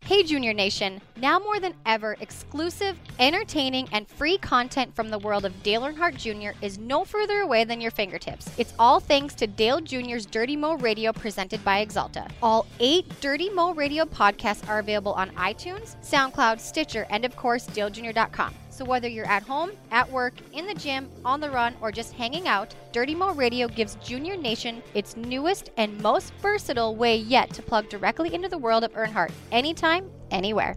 Hey, Junior Nation, now more than ever, exclusive, entertaining, and free content from the world of Dale Earnhardt Jr. is no further away than your fingertips. It's all thanks to Dale Jr.'s Dirty Mo Radio presented by Exalta. All eight Dirty Mo Radio podcasts are available on iTunes, SoundCloud, Stitcher, and of course, DaleJr.com. So whether you're at home, at work, in the gym, on the run, or just hanging out, Dirty Mo Radio gives Junior Nation its newest and most versatile way yet to plug directly into the world of Earnhardt anytime, anywhere.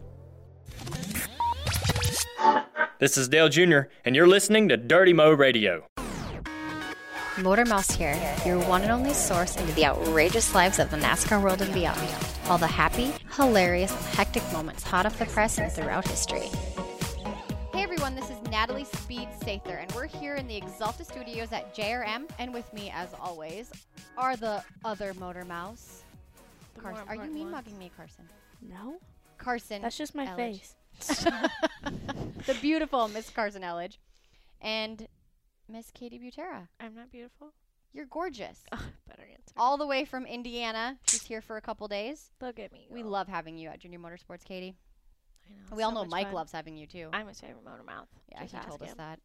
This is Dale Jr., and you're listening to Dirty Mo Radio. Motor Mouse here, your one and only source into the outrageous lives of the NASCAR world and beyond. All the happy, hilarious, and hectic moments hot off the press and throughout history. Hey everyone, this is Natalie Speed Sather, and we're here in the Exalta Studios at JRM. And with me, as always, are the other Motor Mouse. Carson, are you mean mugging me, Carson? No, Carson, that's just my Ellidge. face. the beautiful Miss Carson Elledge, and Miss Katie Butera. I'm not beautiful. You're gorgeous. Better answer. All the way from Indiana. She's here for a couple days. Look at me. We girl. love having you at Junior Motorsports, Katie. I we so all know much Mike fun. loves having you too. I'm his favorite motor mouth. yeah, Just he ask told us him. that.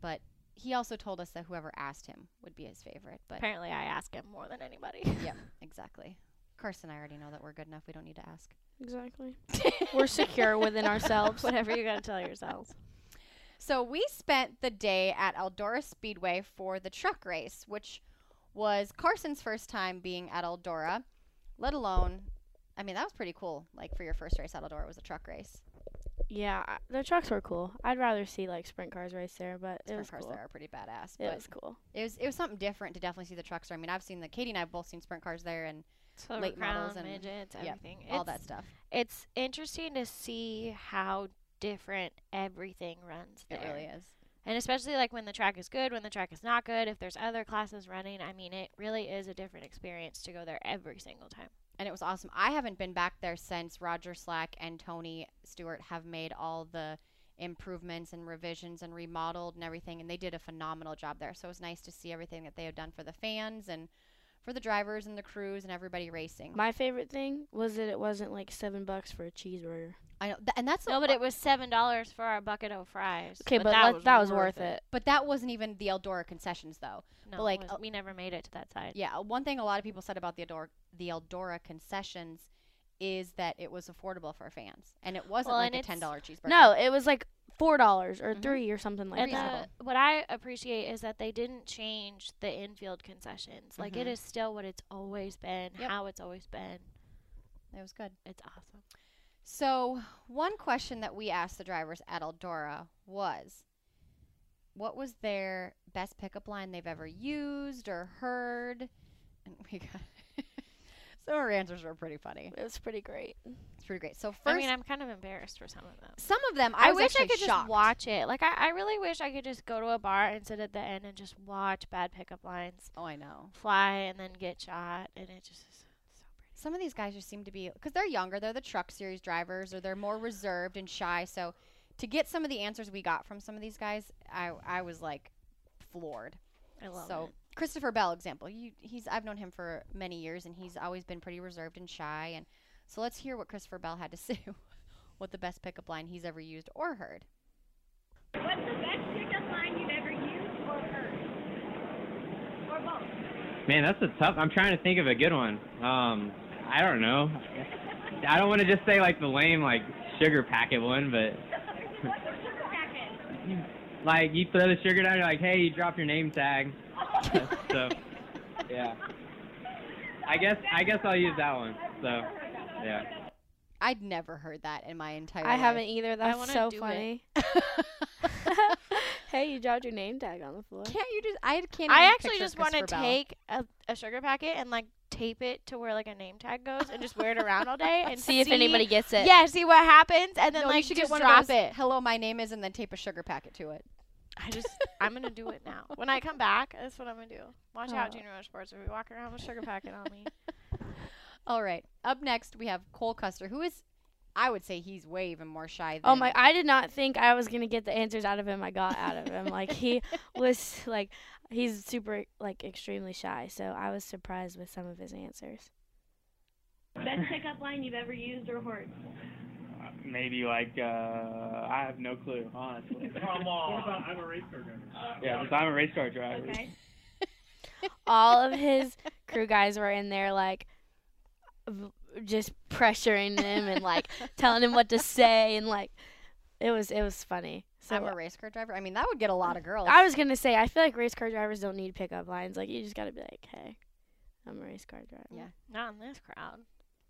But he also told us that whoever asked him would be his favorite. But Apparently, I ask him more than anybody. yeah, exactly. Carson, I already know that we're good enough. We don't need to ask. Exactly. We're secure within ourselves. Whatever you gotta tell yourselves. So we spent the day at Eldora Speedway for the truck race, which was Carson's first time being at Eldora, let alone I mean that was pretty cool. Like for your first race at Eldora was a truck race. Yeah, I- the trucks were cool. I'd rather see like sprint cars race there, but it was sprint cars cool. there are pretty badass. It but was cool. it was it was something different to definitely see the trucks there. I mean I've seen the Katie and I have both seen sprint cars there and So Late models and- midgets, yep, everything. all It's- that stuff. It's interesting to see how different everything runs there. It really is. And especially like when the track is good, when the track is not good, if there's other classes running, I mean, it really is a different experience to go there every single time. and it was awesome. I haven't been back there since Roger Slack and Tony Stewart have made all the improvements and revisions and remodeled and everything, and they did a phenomenal job there. So it was nice to see everything that they have done for the fans and for the drivers and the crews and everybody racing. My favorite thing was that it wasn't like seven bucks for a cheeseburger. I know, th- and that's No, but it was seven dollars for our bucket of fries. Okay, but, that, was, that was worth it. but that wasn't even the Eldora concessions though. No, But, it like, wasn't. uh, we never made it to that side. Yeah, one thing a lot of people said about the Eldora, the Eldora concessions is that it was affordable for fans, and it wasn't Well, like and a it's- ten dollar cheeseburger. No, it was like four dollars or Mhm. three or something like And that. the, what I appreciate is that they didn't change the infield concessions. Like it Mhm. is still what it's always been, Yep. how it's always been. it was good. It's awesome. So, one question that we asked the drivers at Eldora was what was their best pickup line they've ever used or heard? And we got some of our answers were pretty funny. It was pretty great. It's pretty great. So, first, I mean, I'm kind of embarrassed for some of them. some of them I, I, was wish I actually could shocked. just watch it. Like I, I really wish I could just go to a bar and sit at the end and just watch bad pickup lines Oh, I know. fly and then get shot, and it just is so pretty. Some of these guys just seem to be because they're younger, they're the truck series drivers, or they're more reserved and shy. So, to get some of the answers we got from some of these guys, I, I was like floored. I love so it. Christopher Bell example you he's I've known him for many years and he's always been pretty reserved and shy and so let's hear what Christopher Bell had to say what the best pickup line he's ever used or heard What's the best pickup line you've ever used or heard? Or both? Man, that's a tough. I'm trying to think of a good one. Um, I don't know. I don't want to just say like the lame like sugar packet one, but What's the sugar packet? like you throw the sugar down, you're like, hey, you dropped your name tag. so, yeah. I guess I guess I'll use that one. So, yeah. I'd never heard that in my entire I life. haven't either. That's wanna so do it. funny. hey, you dropped your name tag on the floor. can't you just I can't I even actually picture just want to Christopher Bell. take a, a sugar packet and like tape it to where like a name tag goes and just wear it around all day and see, gets Yeah, see what happens, and then no, like you should get just one drop of those, it. hello my name is and then tape a sugar packet to it I just I'm gonna do it now. When I come back, that's what I'm gonna do. Watch out, Junior Motorsports. If we walk around with a sugar packet on me, all right up next we have Cole Custer who is I would say he's way even more shy than Oh my! I did not think I was gonna get the answers out of him. I got out of him. Like he was like, he's super like extremely shy. So I was surprised with some of his answers. Best pickup line you've ever used or heard? maybe like uh, I have no clue, honestly. Come on. I'm a race car driver. yeah, because I'm a race car driver. Okay. all of his crew guys were in there like v- just pressuring him and like telling him what to say and like it was it was funny so I'm a race car driver. I mean, that would get a lot of girls. i was gonna say i feel like race car drivers don't need pickup lines like you just gotta be like hey i'm a race car driver Yeah. Not in this crowd.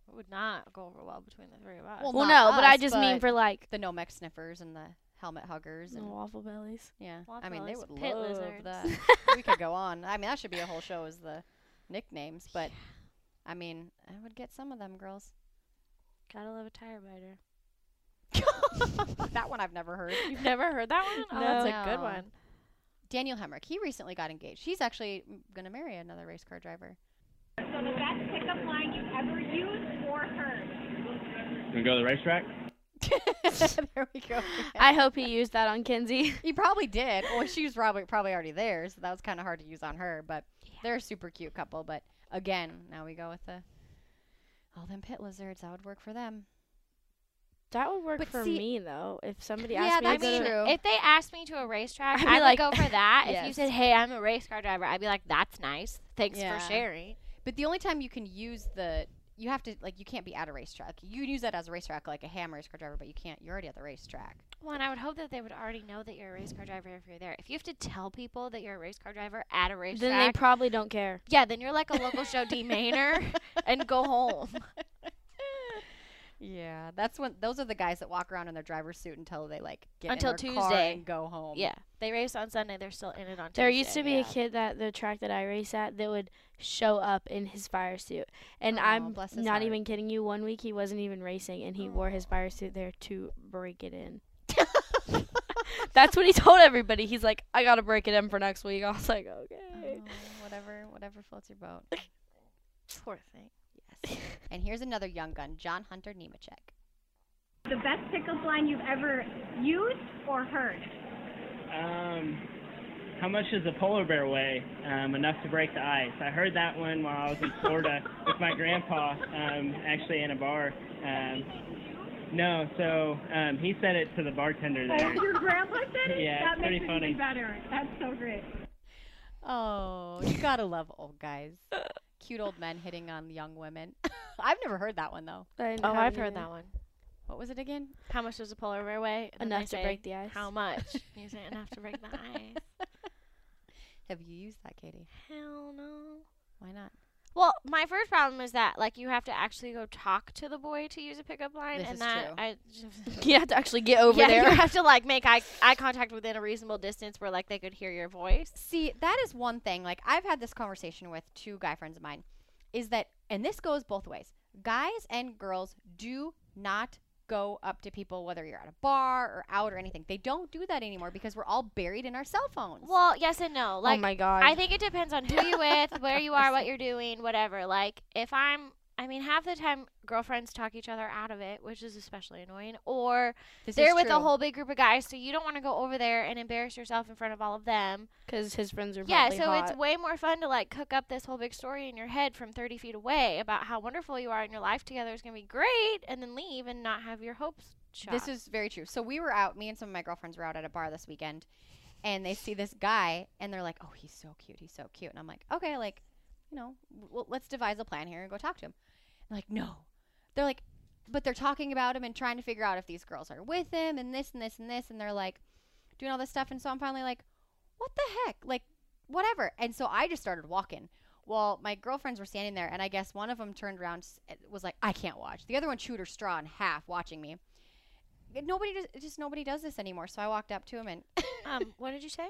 It would not go over well between the three of us. Well, well Not no but i us, just mean but- for like the Nomex sniffers and the helmet huggers the and waffle bellies Oh, yeah. Lots I of mean, they those would pit love lizards. that. we could go on. I mean, that should be a whole show is the nicknames, but I mean, I would get some of them girls. gotta love a tire biter that one I've never heard. You've never heard that one? Oh, that's a good No. one. Daniel Hemrick, he recently got engaged. He's actually going to marry another race car driver. So the best pickup line you ever used or heard. Gonna go to the racetrack? there we go. i hope he used that on kinsey He probably did. Well, she was probably probably already there, so that was kind of hard to use on her. But they're a super cute couple. But again, now we go with the all them pit lizards. That would work for them. that would work But for see- me though if somebody Yeah, asked me I that's to go mean, to- true. if they asked me to a racetrack, I'd be I would like, go for that. If you yes. said, "Hey, I'm a race car driver," I'd be like, "That's nice. Thanks Yeah. for sharing." But the only time you can use the you have to like you can't be at a racetrack. You can use that as a racetrack like a ham race car driver, but you can't. You're already at the racetrack. Well, and I would hope that they would already know that you're a race car driver if you're there. If you have to tell people that you're a race car driver at a racetrack, then they probably don't care yeah, then you're like a local show D Mainer and go home. Yeah, that's when those are the guys that walk around in their driver's suit until they like get Until in their car Tuesday. and go home. Yeah, they race on Sunday. They're still in it on Tuesday. There used to be a yeah. kid that the track that I race at that would show up in his fire suit, and Aw, I'm bless his not heart. even kidding you. One week he wasn't even racing, and he wore his fire suit there to break it in. That's what he told everybody. He's like, I gotta break it in for next week. I was like, okay. Oh, whatever, whatever floats your boat. Poor thing. and here's another young gun, John Hunter Nemechek. The best pickup line you've ever used or heard. Um, how much does a polar bear weigh? Um, enough to break the ice. I heard that one while I was in Florida with my grandpa, um, actually in a bar. Um, no, so um, he said it to the bartender Oh, there. your grandpa said it? Yeah, that it's pretty makes funny. it even better. That's so great. Oh, you gotta love old guys. Cute old men hitting on young women. I've never heard that one though. Oh, I've heard that one. What was it again? How much does a polar bear weigh? And then Enough they to say, break the ice. How much? you say enough to break the ice. Have you used that, Katie? Hell no. Why not? Well, my first problem is that like you have to actually go talk to the boy to use a pickup line, This and is that true. I You have to actually get over yeah, there. you have to like make eye eye contact within a reasonable distance where like they could hear your voice. See, that is one thing. Like I've had this conversation with two guy friends of mine, is that and this goes both ways. Guys and girls do not go up to people whether you're at a bar or out or anything. They don't do that anymore because we're all buried in our cell phones. Well, yes and no. Like oh my god. I think it depends on who you with, where you are, what you're doing, whatever. Like if I'm I mean, half the time girlfriends talk each other out of it, which is especially annoying. Or This is they're with a true. whole big group of guys, so you don't want to go over there and embarrass yourself in front of all of them. because his friends are Yeah, probably so hot. it's way more fun to like cook up this whole big story in your head from 30 feet away about how wonderful you are and your life together is going to be great, and then leave and not have your hopes shot. This is very true. So we were out, me and some of my girlfriends were out at a bar this weekend, and they see this guy, and they're like, "Oh, he's so cute. He's so cute." And I'm like, "Okay, like, you know, w- well, let's devise a plan here and go talk to him." I'm like, no, they're like, but they're talking about him and trying to figure out if these girls are with him and this and this and this, and they're like doing all this stuff. And so I'm finally like, "What the heck?" Like, whatever. And so I just started walking. Well, my girlfriends were standing there, and I guess one of them turned around, s- was like, "I can't watch." The other one chewed her straw in half, watching me nobody does just nobody does this anymore. So I walked up to him and um, what did you say?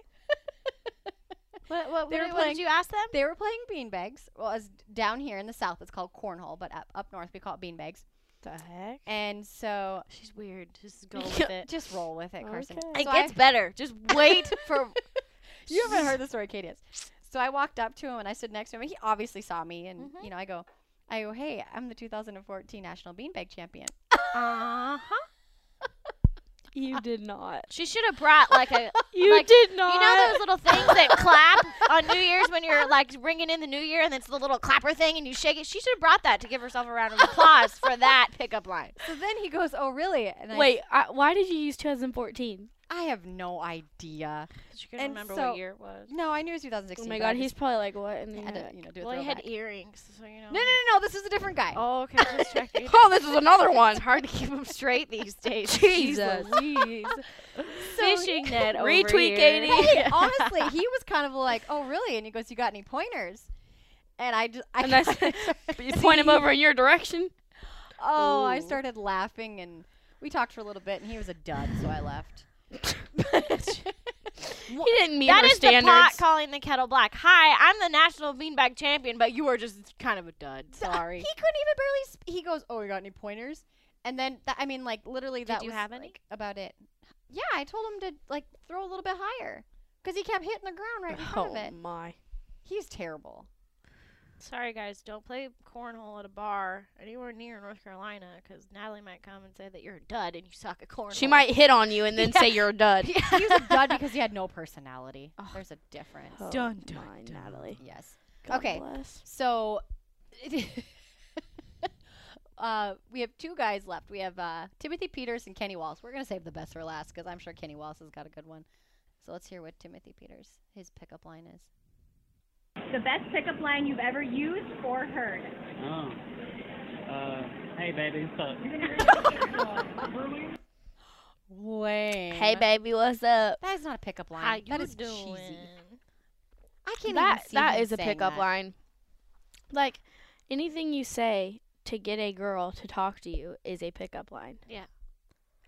what, what, what, They were did- what playing- did you ask them? they were playing beanbags. Well, as down here in the south, it's called cornhole, but up, up north we call it beanbags. the heck. And so She's weird. Just go with it. just roll with it, Carson. Okay. It So I- gets better. Just wait for. you haven't heard the story, Katie. Has. So I walked up to him and I stood next to him, and he obviously saw me. And Mhm. you know, I go, I go, hey, I'm the 2014 national beanbag champion. Uh huh. You did not. She should have brought like a You Like, did not. You know those little things that clap on New Year's when you're like ringing in the New Year and it's the little clapper thing and you shake it? She should have brought that to give herself a round of applause for that pickup line. So then he goes, "Oh, really?" And I- Wait, I, why did you use 2014? I, have no idea. She couldn't And remember what so- year it was. No, I knew it was Oh 2016. my but I god, he's just probably like, what? in the had to, heck? you know, do a Well, he had throwback. earrings, so you know. No, no, no, no. This is a different guy. Oh, okay. Just checking. Oh, this is another one. It's hard to keep them straight these days. Jesus. Fishing net over here. Retweet, Katie. Hey, honestly, he was kind of like, "Oh, really?" And he goes, "You got any pointers?" And I just, I, And I said, you point him over in your direction. Oh, I Ooh. started laughing, and we talked for a little bit, and he was a dud, so I left. He didn't meet That our is standards. the pot calling the kettle black. Hi, I'm the national beanbag champion, but you are just kind of a dud. Sorry. He couldn't even barely. Sp- he goes, "Oh, you got any pointers?" And then tha- I mean, like literally, that you was have any? like, about it. Yeah, I told him to like throw a little bit higher because he kept hitting the ground right in front of Oh it. my. He's terrible. Sorry, guys, don't play cornhole at a bar anywhere near North Carolina because Natalie might come and say that you're a dud and you suck at cornhole. She might hit on you and then say you're a dud. He was a dud because he had no personality. There's a difference. Oh Dun, dun, my, Natalie. Yes. God Okay. bless. So, uh, we have two guys left. We have uh, Timothy Peters and Kenny Wallace. We're gonna save the best for last because I'm sure Kenny Wallace has got a good one. So let's hear what Timothy Peters his pickup line is. The best pickup line you've ever used or heard. Oh. Uh, hey, baby, what's up? Way. Hey, baby, what's up? That is not a pickup line. How you that is doing? cheesy. I can't That even see that him is a saying pickup that. line. Like anything you say to get a girl to talk to you is a pickup line.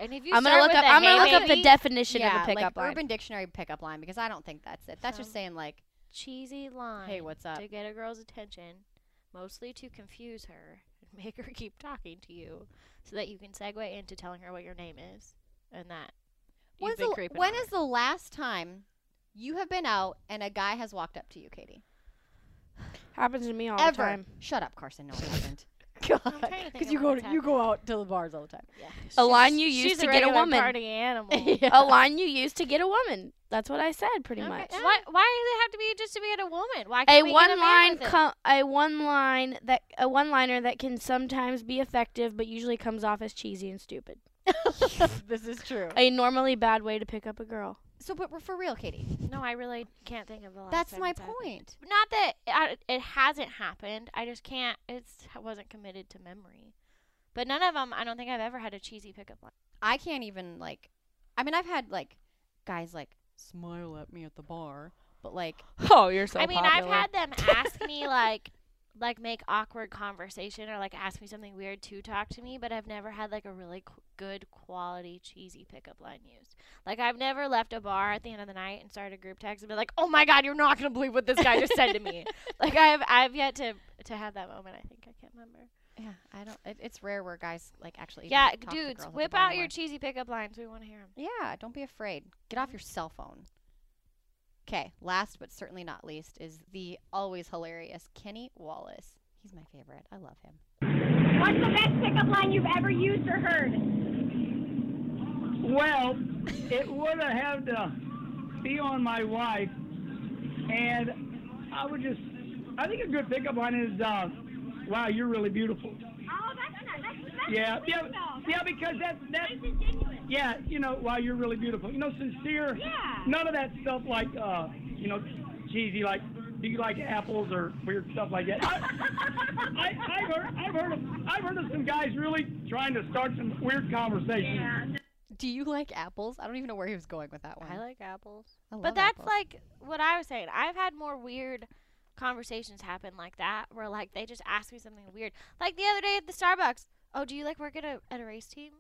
And if you I'm gonna start look with up. a I'm hey gonna look up the baby, definition Yeah, of a pickup like line. Urban Dictionary pickup line because I don't think that's it. That's just Sounds- saying like, cheesy line. hey, what's up? To get a girl's attention, mostly to confuse her and make her keep talking to you, so that you can segue into telling her what your name is and that. When's you've been the- creeping when on is her. the last time you have been out and a guy has walked up to you, Katie? Happens to me all the Ever? time. Shut up, Carson. No, it hasn't. trying to think Because of you go what's to, you go out to the bars all the time. A line you She's used a to get a regular woman. Party animal. A line you use to get a woman. That's what I said, pretty Okay, much. Why, why does it have to be just to be at a woman? Why A can't we get one a man line, with it? co- a one line that a one liner that can sometimes be effective, but usually comes off as cheesy and stupid. this is true. A normally bad way to pick up a girl. So, but we're for real, Katie. No, I really can't think of the last. That's time my it's happened. point. Not that I, it hasn't happened. I just can't. It's I wasn't committed to memory. But none of them. I don't think I've ever had a cheesy pickup line. I can't even like. I mean, I've had like guys like smile at me at the bar, but like Oh, you're so. I mean, I've had them ask me like, like make awkward conversation or like ask me something weird to talk to me, but I've never had like a really qu- good quality cheesy pickup line used. Like I've never left a bar at the end of the night and started a group text and been like, "Oh my god, you're not gonna believe what this guy just said to me." Like I have, I've yet to to have that moment. I think I can't remember. yeah, I don't. It, it's rare where guys like actually. even Yeah, talk to dudes, girls at the whip bar out your anymore. cheesy pickup lines. We want to hear them. yeah, don't be afraid. Get off your cell phone. Okay, last but certainly not least is the always hilarious Kenny Wallace. He's my favorite. I love him. What's the best pickup line you've ever used or heard? Well, it would have had to be on my wife, and I would just. I think a good pickup line is, uh, "Wow, you're really beautiful." Oh, that's not. That's, that's Yeah, sweet, yeah, though. yeah. Because that that. That's disingenuous. Yeah, you know, wow, you're really beautiful. You know, sincere. Yeah. None of that stuff like, uh, you know, cheesy like, do you like apples or weird stuff like that. I, I, I've heard, I've heard, of, I've heard of some guys really trying to start some weird conversation. Yeah. Do you like apples? I don't even know where he was going with that one. I like apples. I love But that's apples. like what I was saying. I've had more weird conversations happen like that where like they just ask me something weird. Like the other day at the Starbucks, "Oh, do you like work at a at a race team?"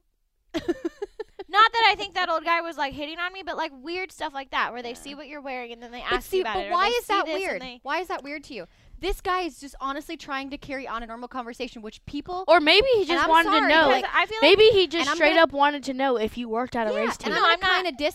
Not that I think that old guy was like hitting on me, but like weird stuff like that where they see what you're wearing and then they But ask see, you about it. but or why they is see that this and weird? they- Why is that weird to you? This guy is just honestly trying to carry on a normal conversation, which people Or maybe he I'm just wanted sorry, to know. because Like, I feel like maybe he and just I'm straight gonna- up wanted to know if you worked at a yeah, race and team. I'm No, gonna I'm not- kind of diss